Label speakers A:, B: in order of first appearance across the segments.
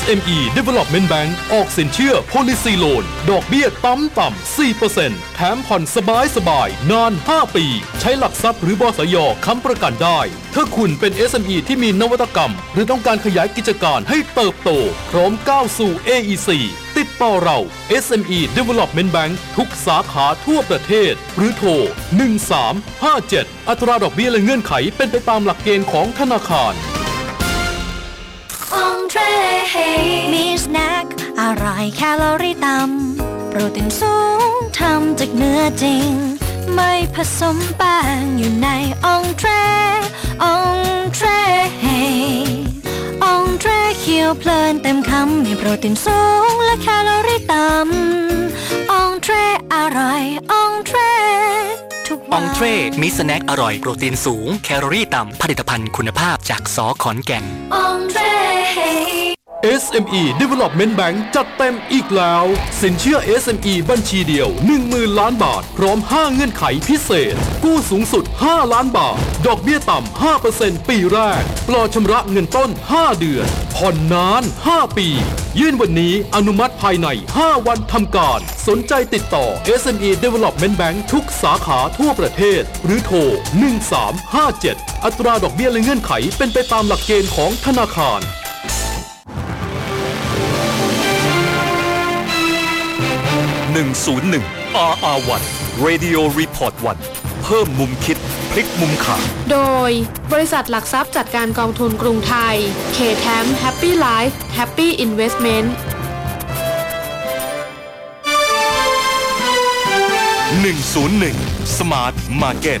A: SME Development Bank ออกสินเชื่อ Policy Loan ดอกเบี้ยต่ำต่ำ4%แถมผ่อนสบายสบายนาน 5 ปี ใช้หลักทรัพย์หรือบสยค้ำประกันได้ ถ้าคุณเป็น SME ที่มีนวัตกรรม หรือต้องการขยายกิจการให้เติบโต พร้อมก้าวสู่ AEC ติดต่อเรา SME Development Bank ทุกสาขาทั่วประเทศ หรือโทร 1357 อัตราดอกเบี้ยและเงื่อนไขเป็นไปตามหลักเกณฑ์ของธนาคาร
B: องเทรมีสแน็คอร่อยแคลอรี่ต่ำโปรตีนสูงทำจากเนื้อจริง ไม่ผสมแป้งอยู่ในองเทรองเทรองเทรเคี้ยวเพลินเต็มคำมีโปรตีนสูงและแคลอรี่ต่ำองเทรอร่อยองเทรทุก
C: อ
B: วั
C: อน งเทรมิสแน็คอร่อยโปรตีนสูง แคลอรี่ต่ำผลิตภัณฑ์คุณภาพจากสอขอนแก่น
B: Entree
A: SME Development Bank จัดเต็มอีกแล้ว สินเชื่อ SME บัญชีเดียว 10,000 ล้านบาท พร้อม 5 เงื่อนไขพิเศษ กู้สูงสุด 5 ล้านบาท ดอกเบี้ยต่ำ 5%ปีแรกปลอดชำระเงินต้น 5 เดือน ผ่อนนาน 5 ปี ยื่นวันนี้อนุมัติภายใน 5 วันทำการ สนใจติดต่อ SME Development Bank ทุกสาขาทั่วประเทศ หรือโทร 1357 อัตราดอกเบี้ยและเงื่อนไขเป็นไปตามหลักเกณฑ์ของธนาคาร
D: 101 RR1 Radio Report 1 เพิ่มมุมคิด พลิกมุมข่าว
E: โดย บริษัทหลักทรัพย์จัดการกองทุนกรุงไทย k t a m Happy Life Happy Investment
D: 101 Smart Market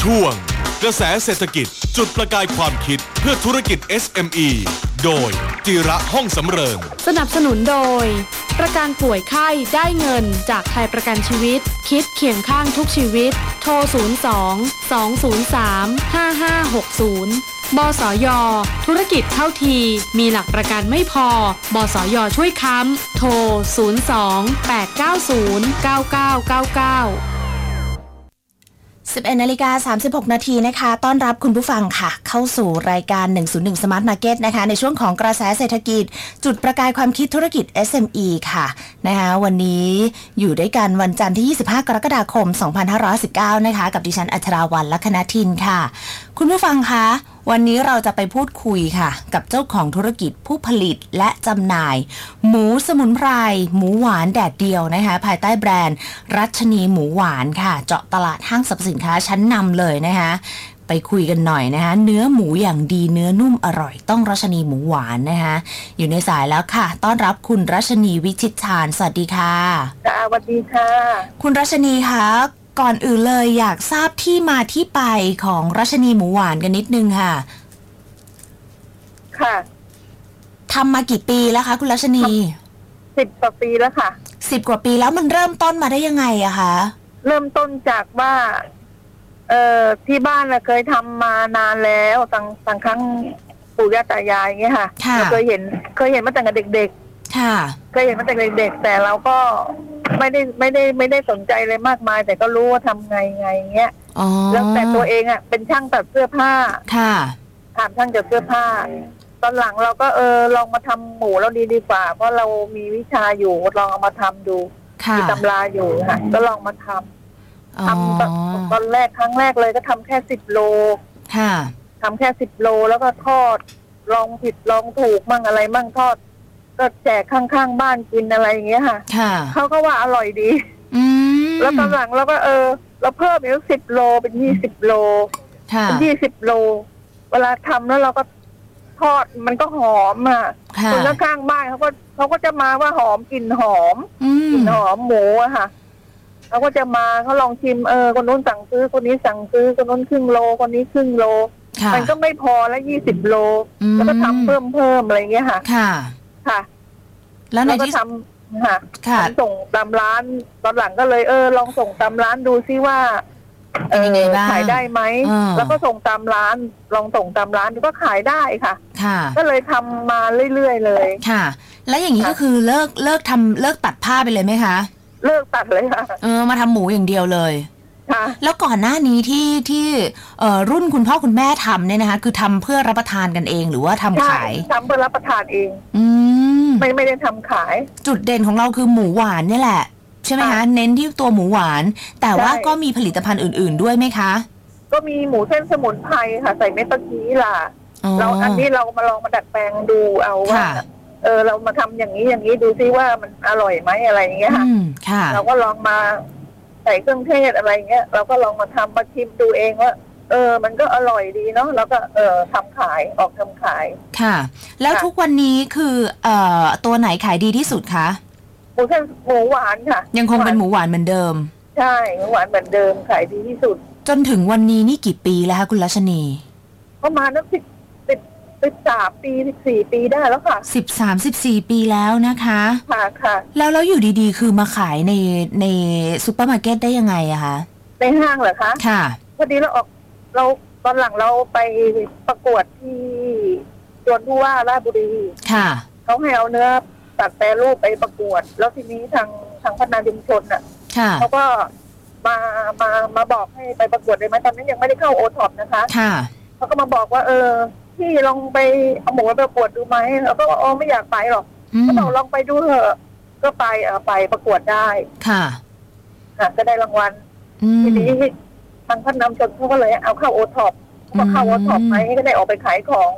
D: ช่วง กระแสเศรษฐกิจจุดประกายความคิดเพื่อธุรกิจ SME โดยจิระห้องสำเริง
E: สนับสนุนโดย ประกันป่วยไข้ได้เงินจากไทยประกันชีวิต คิดเคียงข้างทุกชีวิต โทร 02 203 5560 บสย ธุรกิจเท่าที มีหลักประกันไม่พอ บสย ช่วยค้ำ โทร 02 890 9999
F: 11นาฬิกา36 นาทีนะคะ ต้อนรับคุณผู้ฟังค่ะ เข้าสู่รายการ 101 Smart Market นะคะ ในช่วงของกระแสเศรษฐกิจ จุดประกายความคิดธุรกิจ SME ค่ะนะคะวันนี้อยู่ด้วยกันวันจันทร์ที่ 25 กรกฎาคม 2519 นะคะ กับดิฉันอัชราวันและคณะทินค่ะ คุณผู้ฟังคะ วันนี้เราจะไปพูดคุยค่ะ กับเจ้าของธุรกิจผู้ผลิตและจำหน่าย หมูสมุนไพรหมูหวานแดดเดียวนะคะ ภายใต้แบรนด์ รัชนีหมูหวานค่ะ เจาะตลาดห้างสรรพสินค้าชั้นนำเลยนะคะ ไปคุยกันหน่อยนะคะ เนื้อหมูอย่างดีเนื้อนุ่มอร่อยต้องรัชนีหมูหวานนะคะ อยู่ในสายแล้วค่ะ ต้อนรับคุณรัชนีวิชิตชาญสวัสดีค่ะ
G: ค่ะสวัสดีค่ะ
F: คุณรัชนีคะก่อนอื่นเลยอยากทราบที่มาที่ไปของรัชนีหมูหวานกันนิดนึงค่ะ
G: ค่ะ
F: ทำมากี่ปีแล้วคะคุณรัชนี
G: สิบกว่าปีแล้วค่ะ
F: สิบกว่าปีแล้วมันเริ่มต้นมาได้ยังไงอะคะ
G: เริ่มต้นจากว่า เอ่อ ที่บ้านน่ะเคยทำมานานแล้วตั้งตั้งครั้งปู่ย่าตายายอย่างเงี้ยค่ะ
F: ค่ะ
G: เคยเห็น เคยเห็นมาตั้งแต่เด็ก
F: ค่ะ
G: ๆ เคยเห็นมาตั้งแต่เด็กๆ แต่เราก็ไม่ได้ไม่ได้ไม่ได้สนใจอะไรมากมาย แต่ก็รู้ว่าทำไงไงอย่างเงี้ย
F: อ๋อ
G: แล้วแต่ตัวเองอ่ะเป็นช่างตัดเสื้อผ้า
F: ค่ะ
G: ถามช่างตัดเสื้อผ้า ตอนหลังเราก็เออลองมาทำหมูแล้วดีดีกว่า เพราะเรามีวิชาอยู่ลองเอามาทำดู
F: ค่ะ
G: มีตำราอยู่ค่ะ ก็ลองมาทำ
F: อ๋อ
G: ทำตอนตอนแรกครั้งแรกเลยก็ทำแค่สิบโล
F: ค่ะ
G: ทำแค่สิบโลแล้วก็ทอด ลองผิดลองถูกมั่งอะไรมั่งทอด ก็แจกข้างๆบ้านกินอะไรอย่างเงี้ยค่ะ
F: ค่ะ
G: เขาก็ว่าอร่อยดี
F: อืม
G: แล้วตอนหลังเราก็เออ เราเพิ่มอีกสิบโลเป็นยี่สิบโล
F: ค่ะ
G: เป็นยี่สิบโล เวลาทำแล้วเราก็ทอดมันก็หอมอ่ะ
F: ค่ะ
G: คนข้างๆบ้านเขาก็เขาก็จะมาว่าหอมกลิ่นหอม
F: อื
G: ก
F: ม
G: ลิ่นหอมหมูอะค่ะเขาก็จะมาเขาลองชิมเออคนนู้นสั่งซื้อคนนี้สั่งซื้อคนนู้นครึ่งโลคนนี้ครึ่งโล
F: ค่ะ
G: มันก็ไม่พอแล้วยี่สิบโล
F: อืม
G: แล้วก็ทำเพิ่มเพิ่มอะไรอย่างเงี้ยค่ะ
F: ค่ะ
G: ค่ะ
F: แล้วใน
G: แล้วก็
F: ที่
G: ทำค่ะ
F: ค่ะ
G: ทำส่งตามร้านตอนหลังก็เลยเออ ลองส่งตามร้านดูซิว่า
F: เป็นยังไงบ้าง
G: ขายได้ไหม
F: อ่า
G: แล้วก็ส่งตามร้านลองส่งตามร้านดูก็ขายได้ค่ะ
F: ค่ะ
G: ก็เลยทำมาเรื่อยๆเลย
F: ค่ะ แล้วอย่างนี้
G: ค่ะ
F: ก็คือเลิกเลิกทำเลิกตัดผ้าไปเลยไหมคะ
G: เลิกตัดเลยค่ะ
F: เออ มาทำหมูอย่างเดียวเลย
G: ค่ะ
F: แล้วก่อนหน้านี้ที่ที่เอ่อรุ่นคุณพ่อคุณแม่ทำเนี่ยนะคะ คือทำเพื่อรับประทานกันเองหรือว่าทำ
G: ใช่
F: ขาย
G: ทำเพื่อรับประทานเอง
F: อืม
G: ไม่ไม่ได้ทำขาย
F: จุดเด่นของเราคือหมูหวานเนี่ยแหละ ใช่ไหมคะ
G: ค่ะ
F: เน้นที่ตัวหมูหวาน แต่ว่า
G: ใช่
F: ก็มีผลิตภัณฑ์อื่น ๆ ด้วยไหมคะ
G: ก็มีหมูเส้นสมุนไพรค่ะ ใส่เม็ดตะกี้ล่ะ เราอันนี้เรามาลองมาดัดแปลงดูเอาว่า
F: ค่ะ
G: เออเรามาทำอย่างนี้อย่างนี้ดูซิว่ามันอร่อยไหมอะไรอย่างเงี้ยค่ะ
F: อืมค่ะ
G: เราก็ลองมาใส่เครื่องเทศอะไรเงี้ยเราก็ลองมาทำมาชิมดูเองว่าเออ มันก็อร่อยดีเนาะแล้วก็เออทำขายออกทำขาย
F: ค่ะ แล้ว
G: ค่ะ
F: ทุกวันนี้คือเอ่อตัวไหนขายดีที่สุดคะ
G: หมูเส้นหมูหวานค่ะ
F: ยังคงเป็นหมูหวานเหมือนเดิม
G: ใช่หมูหวานเหมือนเดิมขายดีที่สุด
F: จนถึงวันนี้นี่กี่ปีแล้วคะคุณรัชนี
G: ประมาณนักสิบสิบสิบสามปีสิบสี่ปีได้แล้วค่ะ
F: 13 14 ปีแล้วนะคะ
G: ค่ะค่ะ
F: แล้วแล้วอยู่ดีๆ คือมาขายในในซูเปอร์มาร์เก็ตได้ยังไงอะคะ
G: ในห้างเหรอคะ
F: ค่ะ
G: พอดีเราออกเราตอนหลังเราไปประกวดที่สวนผู้ว่าราชบุรี
F: ค่ะ
G: เขาให้เอาเนื้อตัดแปรรูปไปประกวด แล้วทีนี้ทางทางพัฒนาชุมชนน่ะ
F: ค่ะ
G: เขาก็มามามาบอกให้ไปประกวดเลยไหมตอนนั้นยังไม่ได้เข้าโอท็อปนะคะ
F: ค่ะ
G: เขาก็มาบอกว่า เออพี่ลองไปเอาหมูไปประกวดดูไหมแล้วก็บอกอ๋อไม่อยากไปหรอก
F: อืม
G: ก็บอกลองไปดูเถอะก็ไปเออไปประกวดได้
F: ค่ะ
G: ค่ะก็ได้รางวัล
F: อืม
G: ทีนี้ทางท่านนำชนเขาก็เลยเอาเข้าโอท็อปพอเข้า
F: อืม
G: โอท็อปไหมก็ได้ออกไปขายของ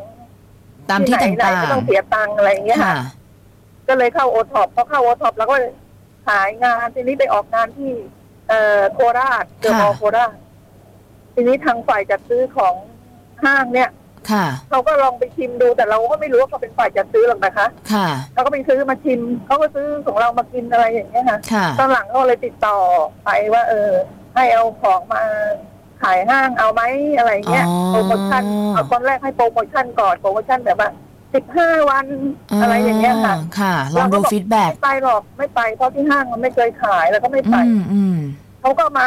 F: ตามที่
G: ไหนไหน
F: ต่าง
G: ก็ต้องเสียตังค์อะไรอย่างเงี้ย
F: ๆ ค่ะ
G: ก็เลยเข้าโอท็อปพอเข้าโอท็อปแล้วก็ขายงานทีนี้ไปออกงานที่ เอ่อโคราชเจอ
F: ค่ะ
G: มอโคราชทีนี้ทางฝ่ายจัดซื้อของห้างเนี่ย
F: ค่ะ
G: เขาก็ลองไปชิมดูแต่เราก็ไม่รู้ว่าเขาเป็นฝ่ายจัดซื้อหรอกนะคะ
F: ค่ะ
G: เขาก็ไปซื้อมาชิมเขาก็ซื้อของเรามากินอะไรอย่างเงี้ยค่ะ
F: ค่ะ
G: ตอนหลังก็เลยติดต่อไปว่า เออ ให้เอาของมาขายห้างเอาไหมอะไรเงี้ย
F: อ๋อ
G: โปรโมชั่นเอาตอนแรกให้โปรโมชั่นก่อนโปรโมชั่นแบบว่าสิบห้าวันอะไรอย่างเงี้ยค่ะ
F: ค่ะ ลองดูฟีดแบ็ก
G: ไม่ไปหรอกไม่ไปเพราะที่ห้างมันไม่เคยขายแล้วก็ไม่ไป
F: อืมอืม
G: เขาก็มา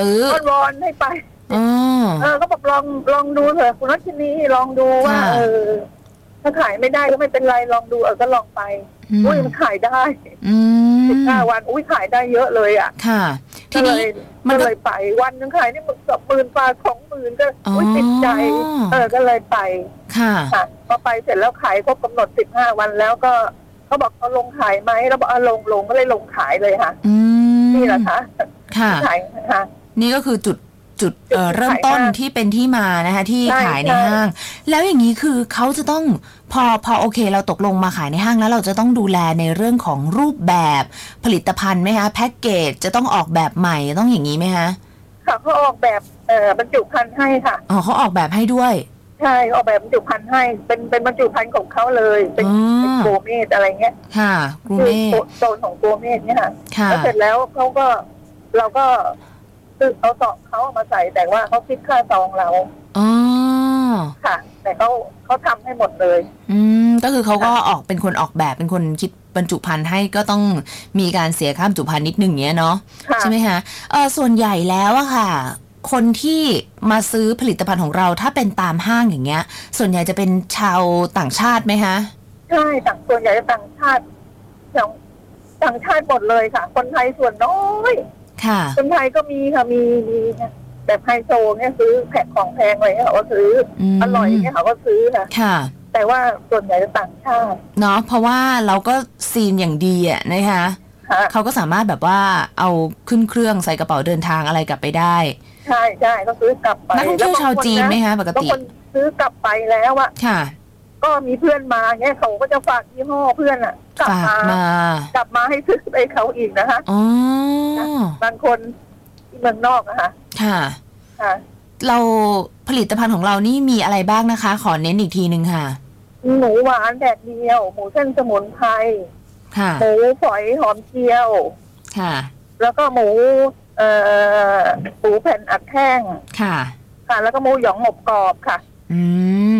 F: ตื้อ
G: อ้อนวอนให้ไป
F: อ๋อ
G: เออก็บอกลองลองดูเถอะคุณรัชนีลองดูว่า
F: ค่ะ
G: เออถ้าขายไม่ได้ก็ไม่เป็นไรลองดูเออก็ลองไป
F: อืม
G: อุ้ยมันขายได้
F: อื
G: สิบ
F: ม
G: ห้าวันอุ้ยขายได้เยอะเลยอ่ะ
F: ค่ะ ที
G: ก็เล
F: นี้
G: ย
F: มันก็
G: ก็เลยไปวันหนึงขายได้หมึกสองหมื่นปลาสองหมื่นก็
F: อ๋ออุ๊
G: ยติดใจ เออก็เลยไป
F: ค่ะ
G: ค่ะพอไปเสร็จแล้วขายครบกำหนดสิบห้าวันแล้วก็เขาบอกเขาลงขายไหมเราบอกเอาลงลงก็เลยลงขายเลยค่ะ
F: อืม
G: นี่แหละค่ะ
F: ค่ะ
G: ขายค่ะ
F: นี่ก็คือจุดจุดเอ่อ
G: จุดที่
F: เริ่มต้น
G: ขายห้าง
F: ที่เป็นที่มานะคะที่
G: ใช่
F: ขายใน
G: ใช่
F: ห้าง แล้วอย่างนี้คือเขาจะต้องพอพอโอเคเราตกลงมาขายในห้างแล้วเราจะต้องดูแลในเรื่องของรูปแบบผลิตภัณฑ์ไหมคะแพ็กเกจจะต้องออกแบบใหม่ต้องอย่างนี้ไหมคะ
G: ค่ะเขาออกแบบเอ่อบรรจุภัณฑ์ให้ค่ะ
F: อ๋อเขาออกแบบให้ด้วย
G: ใช่ออกแบบบรรจุภัณฑ์ให้ เป็นเป็นบรรจุภัณฑ์ของเขาเลย เป็น
F: อ๋อ
G: เป็นโกเมดอะไรเงี้ย
F: ค่ะกรู
G: คื
F: เม่
G: โซนของโกเมดเนี่ยค่ะ
F: ค่ะ
G: แล้วเสร็จแล้วเขาก็เราก็คือเอาซองเขาเอามาใส่แต่ว่าเขาคิดค่าซองเรา
F: อ๋อ
G: ค่ะ แต่เขาเขาทำให้หมดเลย
F: อืมก็คือเขาก็ออกเป็นคนออกแบบเป็นคนคิดบรรจุภัณฑ์ให้ก็ต้องมีการเสียค่าบรรจุภัณฑ์นิดนึงเนี้ยเนาะ
G: ค่ะ
F: ใช่ไหมคะเออส่วนใหญ่แล้วอะค่ะ คนที่มาซื้อผลิตภัณฑ์ของเราถ้าเป็นตามห้างอย่างเงี้ย ส่วนใหญ่จะเป็นชาวต่างชาติไหมคะ
G: ใช่ต่างส่วนใหญ่จะต่างชาติต่างต่างชาติหมดเลยค่ะ คนไทยส่วนน้อย
F: ค่ะ
G: คนไทยก็มีค่ะมีมีนะแบบไฮโซเนี่ยซื้อแพ็คของแพงอะไรเลยเขาก็ซื้ออ
F: ม
G: อร่อยเนี่ยเขาก็ซื้อค่ะ
F: ค่ะ
G: แต่ว่าส่วนใหญ่จะต่างชาติ
F: เนาะเพราะว่าเราก็ซีนอย่างดีอะนะคะ
G: ค่ะ
F: เขาก็สามารถแบบว่าเอาขึ้นเครื่องใส่กระเป๋าเดินทางอะไรกลับไปได้
G: ใช่ใช่ก็ซื้อกลับไป
F: นักท่องเที่ยวชาวจีนไหมคะปก
G: บาง
F: ติ
G: คนซื้อกลับไปแล้วอะ
F: ค่ะ
G: ก็มีเพื่อนมาเนี่ยเขาก็จะฝากยี่ห้อเพื่อนอ่ะ กลับ
F: ฝาก
G: มา
F: มา
G: กลับมาให้ซื้อไปเขาอีกนะคะ
F: อ๋อบ
G: างคนที่เมืองนอกอะค่ะ
F: ค่ะ
G: ค่ะ
F: เราผลิตภัณฑ์ของเรานี่มีอะไรบ้างนะคะ ขอเน้นอีกทีหนึ่งค่ะ
G: หมูหวานแดดเดียว หมูเส้นสมุนไพร
F: ค่ะ
G: หมูฝอยหอมเจียว
F: ค่ะ
G: แล้วก็หมู เอ่อหมูแผ่นอัดแห้ง
F: ค่ะ
G: ค่ะ แล้วก็หมูหยองหมกกรอบค่ะ
F: อืม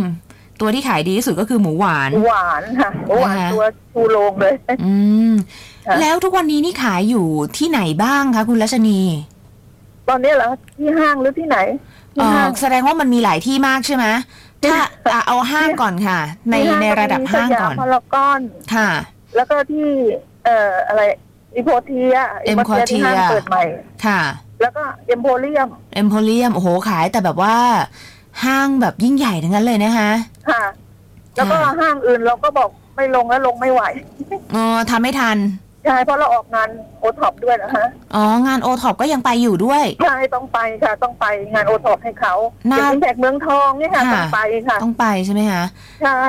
F: ตัวที่ขายดีที่สุดก็คือหมูหวาน
G: หมูหวานค่ะหมูหวาน
F: อ่าฮะ
G: ตัวชูโรงเลย
F: อืม
G: ค่ะ
F: แล้วทุกวันนี้นี่ขายอยู่ที่ไหนบ้างคะคุณรัชนี
G: ตอนนี้เหรอที่ห้างหรือที่ไหนที่
F: เอ่อ
G: ห้าง
F: แสดงว่ามันมีหลายที่มากใช่ไหมถ้าอ่ะเอาห้างก่อนค่ะ ใน
G: ที่ห้าง
F: ในระดับ
G: ก็มี
F: ห้าง
G: สยม
F: ก่อน
G: พารากอน
F: ค่ะ
G: แล้วก็ที่ เอ่ออะไรอีโพเทีย
F: เอ็มควอเทีย
G: ที่ห้างเปิดใหม่
F: ค่ะ
G: แล้วก็เอ็มโพเรียม
F: เอ็มโพเรียมโอ้โหขายแต่แบบว่า ห้างแบบยิ่งใหญ่ทั้งนั้นเลยนะคะ
G: ค่ะ แล้วก็
F: ค่ะ
G: ห้างอื่นเราก็บอกไม่ลงแล้วลงไม่ไหว
F: เออทำไม่ทัน
G: ใช่เพราะเราออกงานโอท็อปด้วยนะคะ
F: อ๋อ งานโอท็อปก็ยังไปอยู่ด้วย
G: ใช่ต้องไปค่ะ ต้องไปงานโอท็อปให้เขา
F: น่า
G: อย่างที่แขกเมืองทองเนี่ยค่ะ
F: ค่ะ
G: ต้องไปค่ะ
F: ต้องไปใช่ไหมคะ
G: ใช่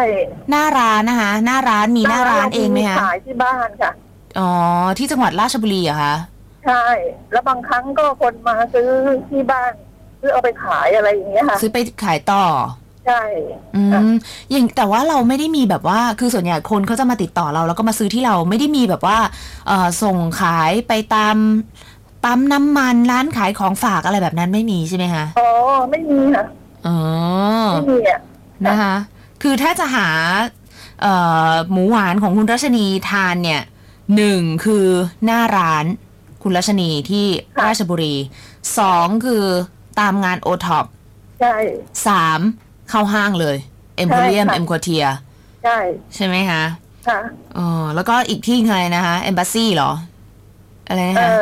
F: หน้าร้านนะคะ หน้าร้านมีหน้าร้านเองไหมคะ
G: ขายที่บ้านค่ะ
F: อ๋อ ที่จังหวัดราชบุรีเหรอะคะ
G: ใช่ แล้วบางครั้งก็คนมาซื้อที่บ้านซื้อเอาไปขายอะไรอย่างเงี้ยค่ะ
F: ซื้อไปขายต่อ
G: ใช่
F: อื
G: ค่ะ
F: มอย่างแต่ว่าเราไม่ได้มีแบบว่า คือส่วนใหญ่คนเขาจะมาติดต่อเรา แล้วก็มาซื้อที่เราไม่ได้มีแบบว่าเอ่อส่งขายไปตามปั๊มน้ำมันร้านขายของฝากอะไรแบบนั้นไม่มีใช่ไหมคะ
G: อ๋อไม่มีค่ะ
F: อ๋อ
G: ไม่มีอ่ะ
F: นะคะ คือถ้าจะหาเอ่อหมูหวานของคุณรัชนีทานเนี่ยหนึ่งคือหน้าร้านคุณรัชนีที่
G: ค่ะ
F: ราชบุรีสองคือตามงานโอท็อป
G: ใช่
F: สามเข้าห้างเลยเอ็มโพเรียม
G: ใช่ค่ะ
F: เอ็มควเทีย
G: ใช่
F: ใช่ไหมคะ
G: ค่ะ
F: เออแล้วก็อีกที่หนึ่งอะไรนะคะเอมบัสซี่หรอ อะไรนะ
G: เอ
F: คะ
G: อ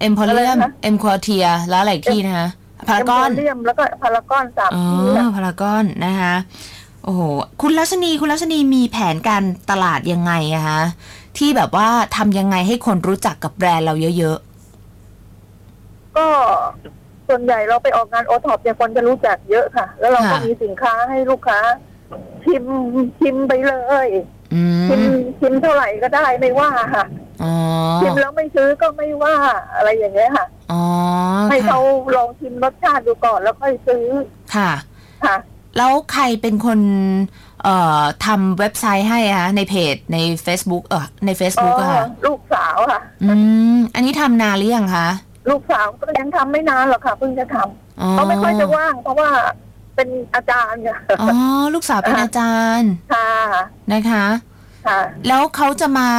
F: เอ็มโพเรียม
G: อะไรนะคะ
F: เอ็มควเทียแล้วอะไรอีกที่นะคะพารากอน
G: เมโพเรียมแล้วก็พารากอนสาม
F: อ๋อ
G: ที่ค่ะ
F: พารากอนนะคะโอ้โหคุณลัชนีคุณลัชนีมีแผนการตลาดยังไงอะคะที่แบบว่าทำยังไงให้คนรู้จักกับแบรนด์เราเยอะ
G: ก็ส่วนใหญ่เราไปออกงานโอท็อปเนี่ยคนจะรู้จักเยอะค่ะ แล้วเราก็มีสินค้าให้ลูกค้า ชิมชิมไปเลย
F: ๆอื
G: ชิม
F: ม
G: ชิมเท่าไหร่ก็ได้ไม่ว่าค่ะ
F: อ๋อ
G: ชิมแล้วไม่ซื้อก็ไม่ว่าอะไรอย่างเงี้ยค่ะ
F: อ๋อ
G: ให้
F: ค่ะ
G: เขาลองชิมรสชาติดูก่อนแล้วค่อยซื้อ
F: ค่ะ
G: ค่ะ
F: แล้วใครเป็นคนเอ่อทำเว็บไซต์ให้อะคะในเพจใน Facebook เออใน Facebook อะค่ะ
G: ลูกสาวค่ะ
F: อืมอันนี้ทำนานหรือยังคะ
G: ลูกสาวก็ยังทำไม่นานหรอกค่ะเพิ่งจะท
F: อ๋อ
G: ำเขาไม่ค่อยจะว่าง เพราะว่าเป็นอาจารย์ค่ะ
F: อ๋อลูกสาวเป็นอาจารย์
G: ค่ะ
F: นะคะ
G: ค่ะ
F: แล้วเขาจะมา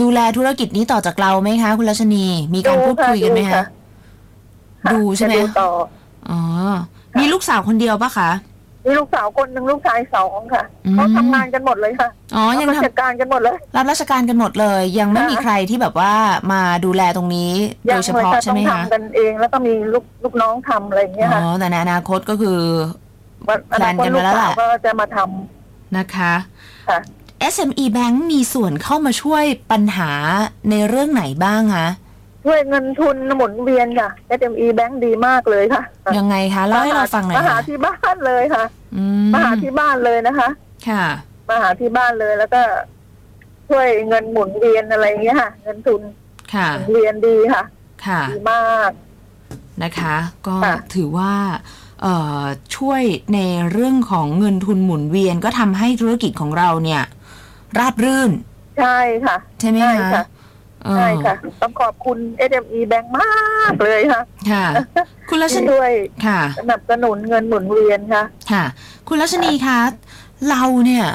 F: ดูแลธุรกิจนี้ต่อจากเราไหมคะ คุณรัชนี มีการพูดคุยกันไหม
G: ดู
F: คะ
G: ค่ะ
F: ดูใช่ไหม
G: จะดูต่อ
F: อ๋อ มีลูกสาวคนเดียวปะคะ
G: มีลูกสาวคนหนึ่งลูกชายสองค่ะ
F: อืม
G: เขาทำงานกันหมดเลยค่ะ
F: อ๋อ ยัง
G: เขา
F: ท
G: จัดการกันหมดเลย
F: ำรับราชการกันหมดเลย ยังไม่
G: ค่ะ
F: มีใครที่แบบว่ามาดูแลตรงนี้โด
G: ยัง
F: ยเฉ
G: เลย
F: พาะ
G: ค่ะ
F: ใช่
G: ต้อ
F: ไหม
G: ง
F: คะ
G: ทำกันเอง แล้วก็มีลูกลูกน้องทำอะไรอย่างเงี้ย
F: อ๋
G: ค่ะ
F: อ แต่ในอนาคตก็คือ
G: วันอนาค
F: แพล
G: ต
F: นกัน
G: ลู
F: ไว้
G: ก
F: แล้วแห
G: สา
F: ละ
G: วก็จะมาทำ
F: นะคะ
G: ค่ะ
F: SME Bank มีส่วนเข้ามาช่วยปัญหาในเรื่องไหนบ้างคะ
G: ด้วยเงินทุนหมุนเวียนค่ะ SME แบงค์ดีมากเลยค่ะ
F: ยังไงคะเล่าให้เราฟังหน่อย
G: มาหา
F: ค่ะ
G: ที่บ้านเลยค่ะ
F: อื
G: มาหาม ที่บ้านเลยนะคะ
F: ค่ะ
G: มาหาที่บ้านเลยแล้วก็ ช่วยเงินหมุนเวียนอะไรอย่างเงี้ยค่ะ เงินทุน
F: ค่ะ
G: หมุนเวียนดีค่ะ
F: ค่ะ
G: ดีมาก
F: นะคะก็
G: ค่ะ
F: ถือว่าเอ่อช่วยในเรื่องของเงินทุนหมุนเวียนก็ทำให้ธุรกิจของเราเนี่ย ราบรื่น
G: ใช่ค่ะ
F: ใช่ไหม
G: ใช่
F: คะ
G: ค่ะ
F: เอ่อ
G: ใช่ค่ะ ต้องขอบคุณ SME แบงค์มากเลยค่ะ
F: ค่ะ คุณลัช
G: ที่
F: นี
G: ด้วย
F: ค่ะ
G: สนับสนุนเงินหมุนเวียนค่ะ
F: ค่ะ คุณลัชนีคะเราเนี่ย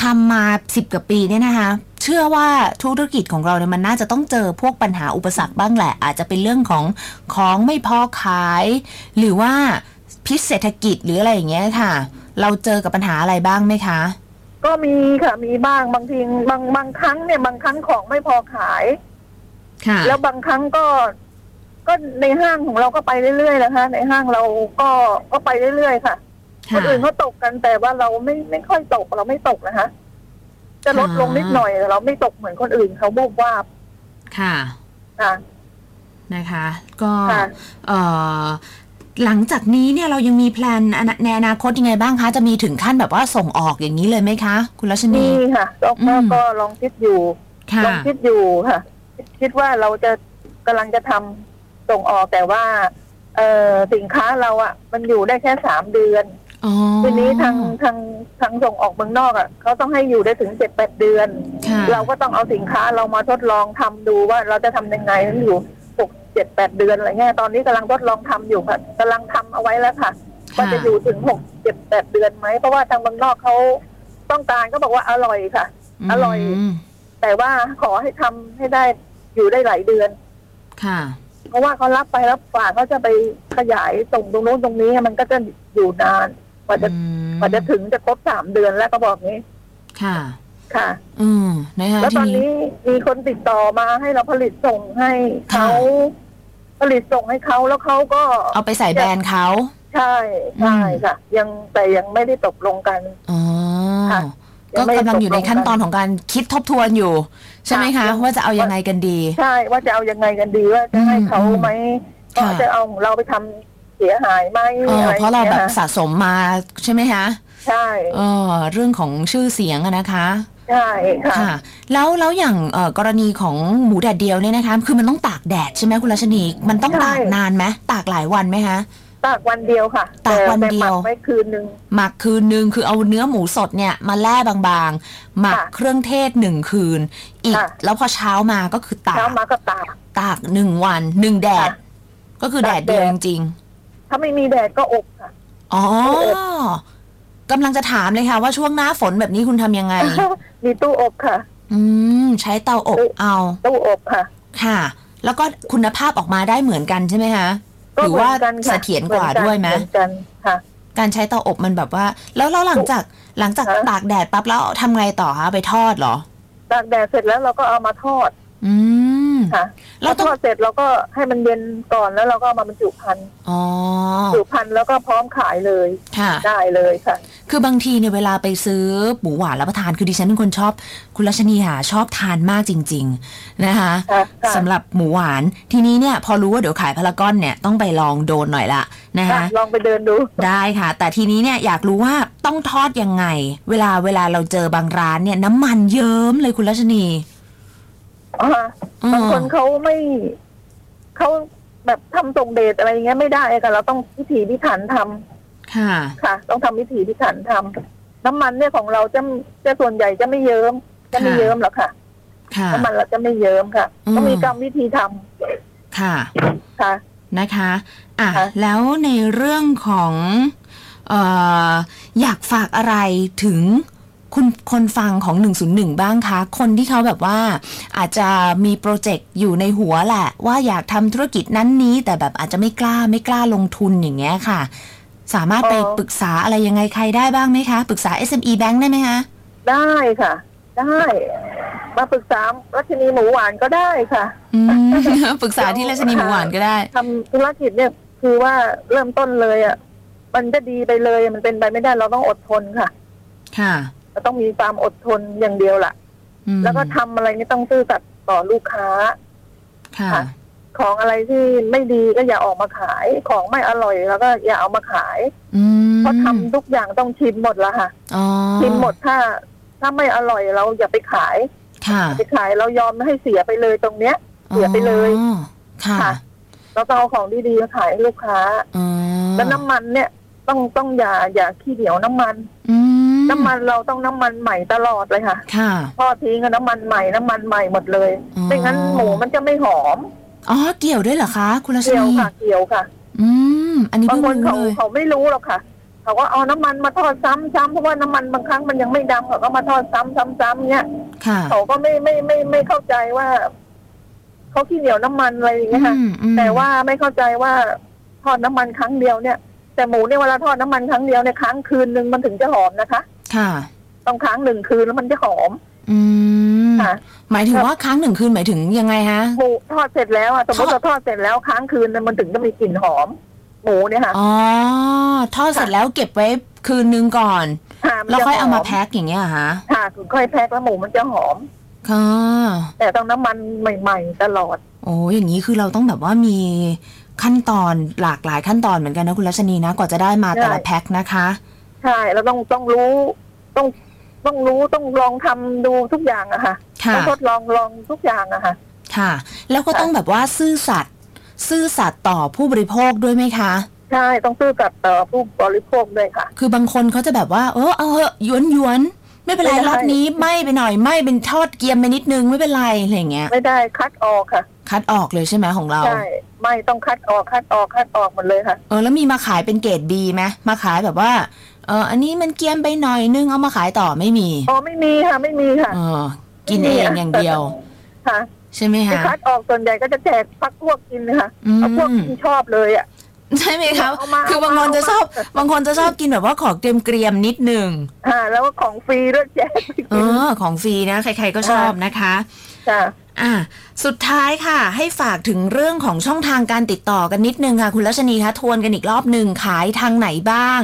F: ทำมาสิบกว่าปีเนี่ยนะคะ เชื่อว่าธุรกิจของเราเนี่ยมันน่าจะต้องเจอพวกปัญหาอุปสรรคบ้างแหละ อาจจะเป็นเรื่องของของไม่พอขาย หรือว่าพิษเศรษฐกิจหรืออะไรอย่างเงี้ยค่ะ เราเจอกับปัญหาอะไรบ้างไหมคะ
G: ก็มีค่ะมีบ้างบางทีบางบางครั้งเนี่ยบางครั้งของไม่พอขาย
F: ค่ะ
G: แล้วบางครั้งก็ ก็ในห้างของเราก็ไปเรื่อยๆนะคะ ในห้างเราก็ก็ไปเรื่อยๆค่ะ คนอื่นเขาตกกันแต่ว่าเราไม่ไม่ค่อยตกเราไม่ตกนะคะ จะลดลงนิดหน่อยแต่เราไม่ตกเหมือนคนอื่นเขาบุบวาบ
F: ค่ะ
G: ค่ะ
F: นะคะ ก็
G: ค่ะ
F: เอ่อหลังจากนี้เนี่ยเรายังมีแพลนอนาในอนาคตยังไงบ้างคะ จะมีถึงขั้นแบบว่าส่งออกอย่างนี้เลยไหมคะ คุณรัชนี
G: นี่ค่ะก็
F: อื
G: ก็
F: ม
G: ก็ลองคิดอยู่
F: ค่ะ
G: ลองคิดอยู่ค่ะ คิดว่าเราจะกำลังจะทำส่งออกแต่ว่า เออสินค้าเราอะ่ะ มันอยู่ได้แค่สามเดือน
F: อ๋อ
G: ทีนี้ทางทางทางส่งออกเมืองนอกอะ่ะเขาต้องให้อยู่ได้ถึงเจ็ดแปดเดือน
F: ค่ะ
G: เราก็ต้องเอาสินค้าเรามาทดลองทำดูว่าเราจะทำยังไงมันอยู่หกเจ็ดแปดเดือนอะไรเงี้ยตอนนี้กำลังทดลองทำอยู่ค่ะกำลังทำเอาไว้แล้วค่ะว่าจะอยู่ถึงหกเจ็ดแปดเดือนไหมเพราะว่าทางเมืองนอกเขาต้องการก็บอกว่าอร่อยค่ะ อร่อย
F: ม
G: แต่ว่าขอให้ทำให้ได้อยู่ได้หลายเดือน
F: ค่ะ
G: เพราะว่าเขารับไปรับฝากเขาจะไปขยายส่งตรงนู้นตรงนี้มันก็จะอยู่นานกว่าจะ
F: อืม
G: กว่าจะถึงจะครบสามเดือนแล้วก็บอกนี้
F: ค่ะ
G: ค่ะ
F: อืมนะคะ
G: แล้วตอน
F: ทีนี้
G: นี้มีคนติดต่อมาให้เราผลิตส่งให้
F: ค่ะ
G: เขา ผลิตส่งให้เขาแล้วเขาก็
F: เอาไปใส่แบรนด์เขา
G: ใช่ใช่
F: อืม
G: ค่ะ ยังแต่ยังไม่ได้ตกลงกัน
F: อ๋อ
G: ค่ะ
F: ก็
G: งไม่ได้
F: กำลังอยู่ในขั้นตอน
G: ตกลงกัน
F: ของการคิดทบทวนอยู่ ใช่ไหมคะ
G: ค่ะ
F: ว่าจะเอายังไงกันดี
G: ใช่ว่าจะเอายังไงกันดีว่าจะให้เขาไหม
F: อืมอืมค่ะ
G: ก็จะเอาของเราไปทำเสียหายไหม
F: เออ
G: อะไร
F: เพราะเรา
G: อย่ง
F: แบ
G: งี้ย
F: บ
G: ค่ะ
F: สะสมมาใช่ไหมคะ
G: ใช่
F: เออเรื่องของชื่อเสียงอะนะคะ
G: ใช่ค่ะ
F: ค่ะ แล้วแล้วอย่างเอ่อกรณีของหมูแดดเดียวเนี่ยนะคะ คือมันต้องตากแดดใช่ไหมคุณรัชนีมันต้องตาก
G: ใช่
F: นานไหมตากหลายวันไหมคะ
G: ตากวันเดียวค่ะ
F: ตากวัน
G: แต่
F: เดียว
G: หมัไม่คืนนึง
F: หมักคืนหนึ่งคือเอาเนื้อหมูสดเนี่ยมาแล่บางๆ หมัก
G: ค่ะ
F: เครื่องเทศหนึ่งคืน อีก
G: ค่ะ
F: แล้วพอเช้ามาก็คือตาก
G: เช้ามาก็ตาก
F: ตากหนึ่งวันหนึ่งแดด
G: ค่ะ
F: ก็คือแดด
G: ตากแดด
F: เดียวจริง
G: ถ้าไม่มีแดดก็อบค่ะ
F: ๆอ๋อกำลังจะถามเลยค่ะว่าช่วงหน้าฝนแบบนี้คุณทำยังไง
G: มีตู้อบค่ะ
F: อืมใช้เตาอบเอา
G: ตู้อบค่ะ
F: ค่ะ แล้วก็คุณภาพออกมาได้เหมือนกันใช่ไหมคะ
G: ก็
F: หรือ
G: เหมื
F: ว่า
G: อนกัน
F: เส
G: ค่ะ
F: ถียรกว่าด้วยไหม
G: เอนกันค่ะ
F: การใช้เตาอบมันแบบว่า แล้วแล้วหลังจากหลังจาก
G: ฮะ
F: ตากแดดปั๊บแล้วทำไงต่อคะไปทอดเหรอ
G: ตากแดดเสร็จแล้วเราก็เอามาทอด
F: อืม
G: ค่ะ
F: เรา
G: เรา
F: ต้อ
G: ท
F: ง
G: อดเสร็จเราก็ให้มันเย็นก่อนแล้วเราก็เอามาบรรจุพันธุ์
F: อ๋อบ
G: รรจุพันธุ์แล้วก็พร้อมขายเลย
F: ค่ะ
G: ได้เลยค่ะ
F: คือบางทีเนี่ยเวลาไปซื้อหมูหวานรับประทานคือดิฉันเป็นคนชอบ คุณรัชนีหาชอบทานมากจริง ๆ นะคะ
G: ค่ะค่ะ
F: สำหรับหมูหวานทีนี้เนี่ย พอรู้ว่าเดี๋ยวขายพารากอนเนี่ยต้องไปลองโดนหน่อยละนะคะ
G: ค่ะลองไปเดินดู
F: ได้ค่ะ แต่ทีนี้เนี่ยอยากรู้ว่าต้องทอดยังไง เวลาเวลาเราเจอบางร้านเนี่ยน้ำมันเยิ้มเลยคุณรัชนี
G: อ่า
F: อืม
G: บางคนเขาไม่เขาแบบทำส่งเดทอะไรอย่างเงี้ยไม่ได้ค่ะ เราต้องพิถีพิถันทำ
F: ค่ะ
G: ค่ะ ต้องทำพิถีพิถันทำน้ำมันเนี่ยของเราจะจะส่วนใหญ่จะไม่เยิ้มจะไม่
F: ค่ะ
G: เยิ้มหรอกค่ะ
F: ค่ะ
G: น้ำมันเราจะไม่เยิ้มค่ะ
F: อืม
G: ต้องมีกรรมวิธีทำ
F: ค่ะ
G: ค่ะ
F: นะคะอ่ะ
G: ค่ะ
F: แล้วในเรื่องของเอ่ออยากฝากอะไรถึงคุณคนฟังของ 101 บ้างคะ คนที่เขาแบบว่าอาจจะมีโปรเจกต์อยู่ในหัวแหละ ว่าอยากทำธุรกิจนั้นนี้ แต่แบบอาจจะไม่กล้าไม่กล้าลงทุนอย่างเงี้ยค่ะ สามารถไปปรึกษาอะไรยังไงใครได้บ้างไหมคะ ปรึกษา SME Bank ได้ไหมคะ
G: ได้ค่ะ ได้ มาปรึกษารัชนีหมูหวานก็ได้ค่ะ
F: อืม ปรึกษาที่ราชนีหมูหวานก็ได้
G: ทำธุรกิจเนี่ยคือว่าเริ่มต้นเลยอ่ะมันจะดีไปเลยมันเป็นไปไม่ได้เราต้องอดทนค่ะ
F: ค่ะ
G: เราต้องมีความอดทนอย่างเดียวล่ะ
F: อืม
G: แล้วก็ทำอะไรนี่ต้องซื่อสัตย์ต่อลูกค้า
F: ค่ะ
G: ค่ะ ของอะไรที่ไม่ดีก็อย่าออกมาขาย ของไม่อร่อยแล้วก็อย่าเอามาขาย
F: อืม
G: เพราะทำทุกอย่างต้องชิมหมดละค่ะ
F: อ๋อ
G: ชิมหมดถ้า ถ้าไม่อร่อยเราอย่าไปขาย
F: ค่ะ
G: ไปขายเรายอมให้เสียไปเลยตรงเนี้ย เสียไปเลย
F: อ๋อค่ะ
G: ค่ะ เราต้องเอาของดีๆมาขายให้ลูกค้า
F: อ๋อ
G: แล้วน้ำมันเนี่ยต้องต้องอย่าอย่าขี้เหนียวน้ำมัน
F: อืม
G: น้ำมันเราต้องน้ำมันใหม่ตลอดเลยค่ะ
F: ค่ะ
G: ทอดทิ้งกับน้ำมันใหม่น้ำมันใหม่หมดเลย
F: อ๋อ
G: ไม่งั้นหมูมันจะไม่หอม
F: อ๋อ เกี่ยวด้วยเหรอคะ คุณรัช
G: เกี่ยว
F: นี
G: ค่ะเกี่ยวค่ะ
F: อืม อันนี้
G: บาง
F: เพิ่ง
G: คน
F: รู้
G: เขา
F: เลย
G: เขาไม่รู้หรอกค่ะเขาก็เอาน้ำมันมาทอดซ้ำซ้ำเพราะว่าน้ำมันบางครั้งมันยังไม่ดำเขาก็มาทอดซ้ำซ้ำซ้ำเนี่ย
F: ค่ะ
G: เขาก็ไม่ไม่ไม่ไม่เข้าใจว่าเขาขี้เหนียวน้ำมันอะไรอย่างเงี้ยค่ะ
F: อืมอืม
G: แต่ว่าไม่เข้าใจว่าทอดน้ำมันครั้งเดียวเนี่ย แต่หมูเนี่ยเวลาทอดน้ำมันครั้งเดียวเนี่ยครั้างคืนหนึ่งมันถึงจะหอมนะคะ
F: ค่ะ
G: ต้องค้างหนึ่งคืนแล้วมันจะหอม
F: อืม
G: ค่ะ
F: หมายถึงว่าครั้งหนึ่งคืนหมายถึงยังไงฮะ
G: หมูทอดเสร็จแล้วอะสมมติ
F: ทอด
G: เราทอดเสร็จแล้วค้างคืนนึงมันถึงจะมีกลิ่นหอม หมูเนี่ยค่ะ
F: อ๋อ ทอดเสร็จแล้วเก็บไว้คืนนึงก่อน
G: ค่ะน
F: แล้ว
G: จะ
F: ค่อยเอามา
G: ห
F: แพ็คอย่างเงี้ยเหรอคะ
G: ค่ะคือค่อยแพ็คแล้วหมูมันจะหอม
F: ค่ะ
G: แต่ต้องน้ำมันใหม่ ๆ ตลอด
F: โอ้อย่างนี้คือเราต้องแบบว่ามีขั้นตอนหลากหลายขั้นตอนเหมือนกันนะคุณรัชนีนะ กว่าจะได้มาแต่ละ
G: ใช่
F: แพ็คนะคะ
G: ใช่เราต้องต้องรู้ต้องต้องรู้ต้องลองทำดูทุกอย่างอะค่ะ
F: ค่ะ
G: ต้องทดลองลองทุกอย่างอะค่ะ
F: ค่ะ แล้วก็
G: ค่ะ
F: ต้องแบบว่าซื่อสัตย์ซื่อสัตย์ต่อผู้บริโภคด้วยไหมคะ
G: ใช่ต้องซื่อกับต่อผู้บริโภคด้วยค่ะ
F: คือบางคนเขาจะแบบว่า เออเอาเหอะหยวนหยวนๆไม่เป็นไร
G: ไม่ได้
F: รอบนี้ไหม่ไปหน่อยไหม่เป็นทอดเกรียมไปนิดนึงไม่เป็นไรอะไรอย่างเงี้ย
G: ไม่ได้คัดออกค่ะ
F: คัดออกเลยใช่ไหมของเรา
G: ใช่ไม่ต้องคัดออกคัดออกคัดออกหมดเลยค่ะ
F: เออแล้วมีมาขายเป็นเกรดบีไหมมาขายแบบว่าเอออันนี้มันเกรียมไปหน่อยนึงเอามาขายต่อไม่มี
G: อ๋อไม่มีค่ะไม่มีค่ะ
F: เออกินเองอย่างเดียว
G: ค่ะ
F: ใช่ไหม
G: ที่
F: คะ
G: คัดออกส่วนใหญ่ก็จะแจกพักพวกกินค่ะ
F: อืม
G: พักพวกกินชอบเลยอะ
F: ใช่ไหมคะ
G: เอามา
F: คือบางคน
G: เอามา
F: จะชอบบางคนจะชอบกินแบบว่าของเกรียมเกรียมๆนิดนึง
G: ค่ะ แล้วก็ของฟรีด้วยแจกไป
F: เอ
G: กิน
F: อของฟรีนะใครๆก็ชอบนะคะ
G: ค่ะ
F: อ่ะสุดท้ายค่ะ ให้ฝากถึงเรื่องของช่องทางการติดต่อกันนิดนึงค่ะ คุณลัชนีคะทวนกันอีกรอบหนึ่งขายทางไหนบ้าง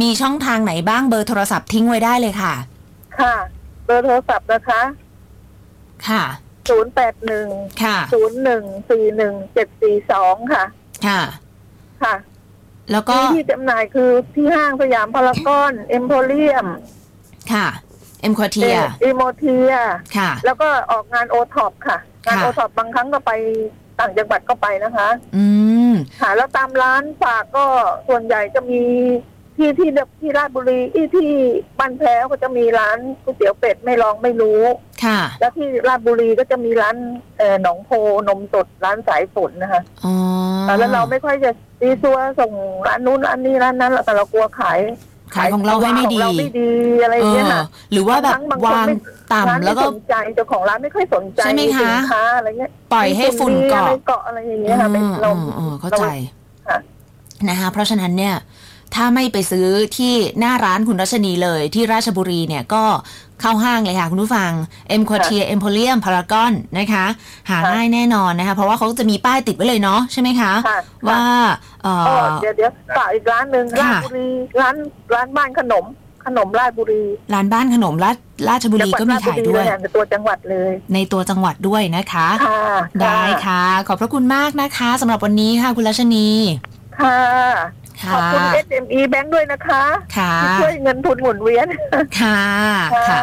F: มีช่องทางไหนบ้างเบอร์โทรศัพท์ทิ้งไว้ได้เลยค่ะ
G: ค่ะ เบอร์โทรศัพท์นะคะ
F: ค่ะ
G: ศูนย์แปดหนึ่ง
F: ค่ะ
G: ศูนย์หนึ่งสี่หนึ่งเจ็ดสี่สองค่ะ
F: ค่ะ
G: ค่ะ
F: แล้วก็
G: มีที่จำหน่ายคือที่ห้างสยามพารากอนเอ็มโพเรียม
F: ค่ะ เอ็มควอเทีย
G: อีโมเทีย
F: ค่ะ
G: แล้วก็ออกงานโอท็อปค่ะ งาน
F: ค่ะ
G: โอท็อปบางครั้งก็ไปต่างจังหวัดก็ไปนะคะ
F: อืม
G: ค่ะ แล้วตามร้านฝากก็ส่วนใหญ่จะมีที่ที่ที่ราชบุรีที่ที่บ้านแพ้วก็จะมีร้านก๋วยเตี๋ยวเป็ดไม่ลองไม่รู้
F: ค่ะ
G: แล้วที่ราชบุรีก็จะมีร้านเอ่อหนองโพนมสดร้านสายฝนนะคะ
F: อ๋อ
G: แล้วเราไม่ค่อยจะซีซัวส่งร้านนู้นร้านนี้ร้านนั้นหรอกแต่เรากลัวขาย
F: ขายของเราให้ไม่
G: ของเราไม่ดีอะไรอย่างเงี้ยค่ะ
F: เออหรือว่าแบบ
G: บางครั้งบางคน
F: วางต่ำ
G: ไม่
F: แล้วก็
G: ร้านไม่สนใจเจ้าของร้านไม่ค่อยสนใจ
F: ใช่ไหมคะ
G: สินค้าอะไรเงี้ย
F: ปล่อยให้ฝุ่น
G: มี
F: เกาะ
G: อะไรเกาะอะไรอย่างเงี้ยค่ะเป็นเรา
F: อืมอืมอืมเข้าใจ
G: ค่ะ
F: นะคะเพราะฉะนั้นเนี่ย ถ้าไม่ไปซื้อที่หน้าร้านคุณรัชนีเลยที่ราชบุรีเนี่ยก็เข้าห้างเลยค่ะคุณผู้ฟัง M q u a r t i e r Emporium Paragon นะคะ หาง่ายแน่นอนนะคะ เพราะว่าเขาจะมีป้ายติดไว้เลยเนาะใช่ไหมคะ
G: ค่ะ
F: ว่าเอ่
G: อ๋อ
F: อ
G: เดี๋ยวเดี๋ยวฝากอีกร้านหนึ่ง
F: ค่ะ
G: ราชบุรี ร้านร้านบ้านขนม ขนมราชบุรี
F: ร้านบ้านขนมราชราชบุรีก็มีขายด้วย
G: จังหวัดรชบุรีเลค่ะในตัวจังหวัดเลย
F: ในตัวจังหวัดด้วยนะคะ
G: ค่ะ
F: ได้ค่ะ ขอบพระคุณมากนะคะสำหรับวันนี้ค่ะคุณรัชนี
G: ค่ะ
F: ค่ะ
G: ขอบคุณ SME Bank ด้วยนะคะ
F: ค่ะ
G: ที่ช่วยเงินทุนหมุนเวียน
F: ค่ะค่ะ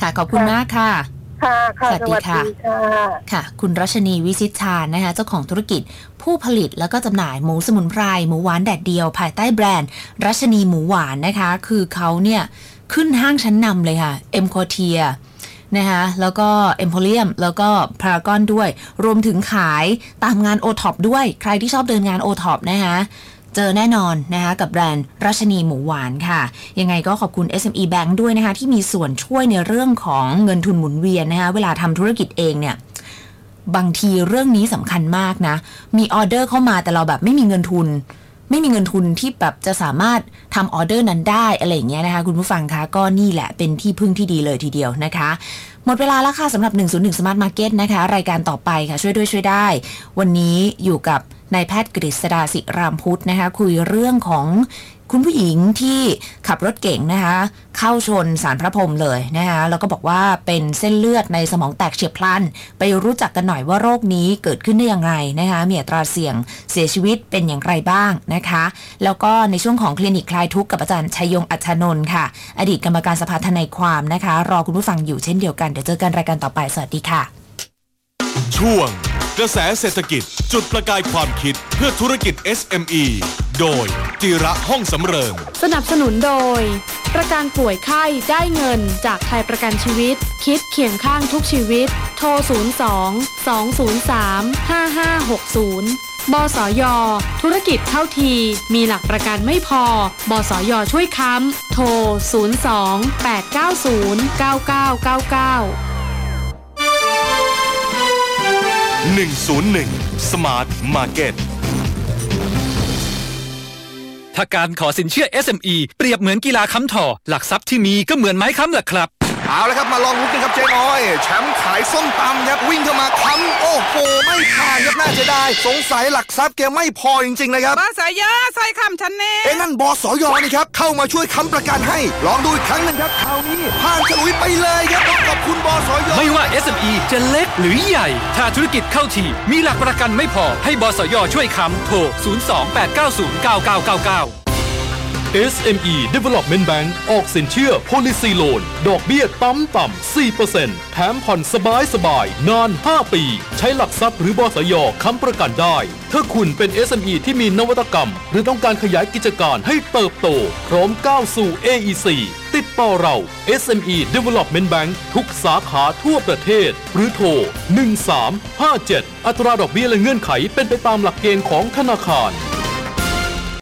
F: ค่ะขอบคุณ
G: ค่ะ
F: มากค่ะ
G: ค่ะค่ะ
F: ส
G: ส
F: วั
G: วั
F: ส
G: ส
F: ดีค่ะ
G: ดีค่ะ
F: ค่ะ คุณรัชนีวิชิตชาญนะคะ เจ้าของธุรกิจผู้ผลิตแล้วก็จำหน่ายหมูสมุนไพรหมูหวานแดดเดียว ภายใต้แบรนด์ รัชนีหมูหวานนะคะ คือเขาเนี่ย ขึ้นห้างชั้นนำเลยค่ะ เอ็มคอเทียนะคะแล้วก็เอ็มโพเรียมแล้วก็พารากอนด้วย รวมถึงขายตามงานโอท็อปด้วย ใครที่ชอบเดินงานโอท็อปนะคะ เจอแน่นอนนะคะกับแบรนด์รัชนีหมูหวานค่ะ ยังไงก็ขอบคุณ SME Bank ด้วยนะคะ ที่มีส่วนช่วยในเรื่องของเงินทุนหมุนเวียนนะคะ เวลาทำธุรกิจเองเนี่ย บางทีเรื่องนี้สำคัญมากนะ มีออเดอร์เข้ามาแต่เราแบบไม่มีเงินทุน ไม่มีเงินทุนที่แบบจะสามารถทำออเดอร์นั้นได้อะไรอย่างเงี้ยนะคะ คุณผู้ฟังคะก็นี่แหละเป็นที่พึ่งที่ดีเลยทีเดียวนะคะ หมดเวลาแล้วค่ะสำหรับ 101 Smart Market นะคะ รายการต่อไปค่ะ ช่วยด้วยช่วยได้ วันนี้อยู่กับนายแพทย์กฤษดาสิรามพุทธนะคะ คุยเรื่องของคุณผู้หญิงที่ขับรถเก่งนะคะ เข้าชนสารพระพรหมเลยนะคะแล้วก็บอกว่าเป็นเส้นเลือดในสมองแตกเฉียบพลัน ไปรู้จักกันหน่อยว่าโรคนี้เกิดขึ้นได้อย่างไรนะคะมีอัตราเสี่ยงเสียชีวิตเป็นอย่างไรบ้างนะคะ แล้วก็ในช่วงของคลินิกคลายทุกข์กับอาจารย์ชัยยงอัชนนท์ค่ะ อดีตกรรมการสภาทนายความนะคะ รอคุณผู้ฟังอยู่เช่นเดียวกันเดี๋ยวเจอกันรายการต่อไปสวัสดีค่ะ
D: ช่วง กระแสเศรษฐกิจจุดประกายความคิดเพื่อธุรกิจ SME โดยจิระห้องสำเริง
E: สนับสนุนโดย ประกันป่วยไข้ได้เงินจากไทยประกันชีวิต คิดเคียงข้างทุกชีวิต โทร 02 203 5560 บสย ธุรกิจเท่าที มีหลักประกันไม่พอ บสย ช่วยค้ำ โทร 02 890 9999
D: 101 Smart Market
C: ถ้าการขอสินเชื่อ SME เปรียบเหมือนกีฬาค้ำถ่อหลักทรัพย์ที่มีก็เหมือนไม้ค้ำแหละครับ
H: เอาละครับมาลองลุกนะครับเจ๊น้อยแชมป์ขายส้มตำครับวิ่งเข้ามาค้ำโอ้โหไม่ผ่านครับน่าเสียดายสงสัยหลักทรัพย์แกไม่พอจริงๆนะครับ
I: บอสายาใส่คำฉันแน่
H: เอ้นั่นบอสอยอนี่ครับเข้ามาช่วยค้ำประกันให้ ลองดูอีกครั้งหนึงครับคราวนี้ผ่านฉลุยไปเลยครับต้องขอบคุณบอสอยอ
C: ไม่ว่า SME จะเล็กหรือใหญ่ ถ้าธุรกิจเข้าทีมีหลักประกันไม่พอ ให้บสยช่วยค้ำโทร 028909999
A: SME Development Bank ออกสินเชื่อ Policy Loan ดอกเบี้ยต่ำต่ำ4%แถมผ่อนสบายสบายนาน 5 ปี ใช้หลักทรัพย์หรือบสยค้ำประกันได้ ถ้าคุณเป็น SME ที่มีนวัตกรรม หรือต้องการขยายกิจการให้เติบโต พร้อมก้าวสู่ AEC ติดต่อเรา SME Development Bank ทุกสาขาทั่วประเทศ หรือโทร 1357 อัตราดอกเบี้ยและเงื่อนไขเป็นไปตามหลักเกณฑ์ของธนาคาร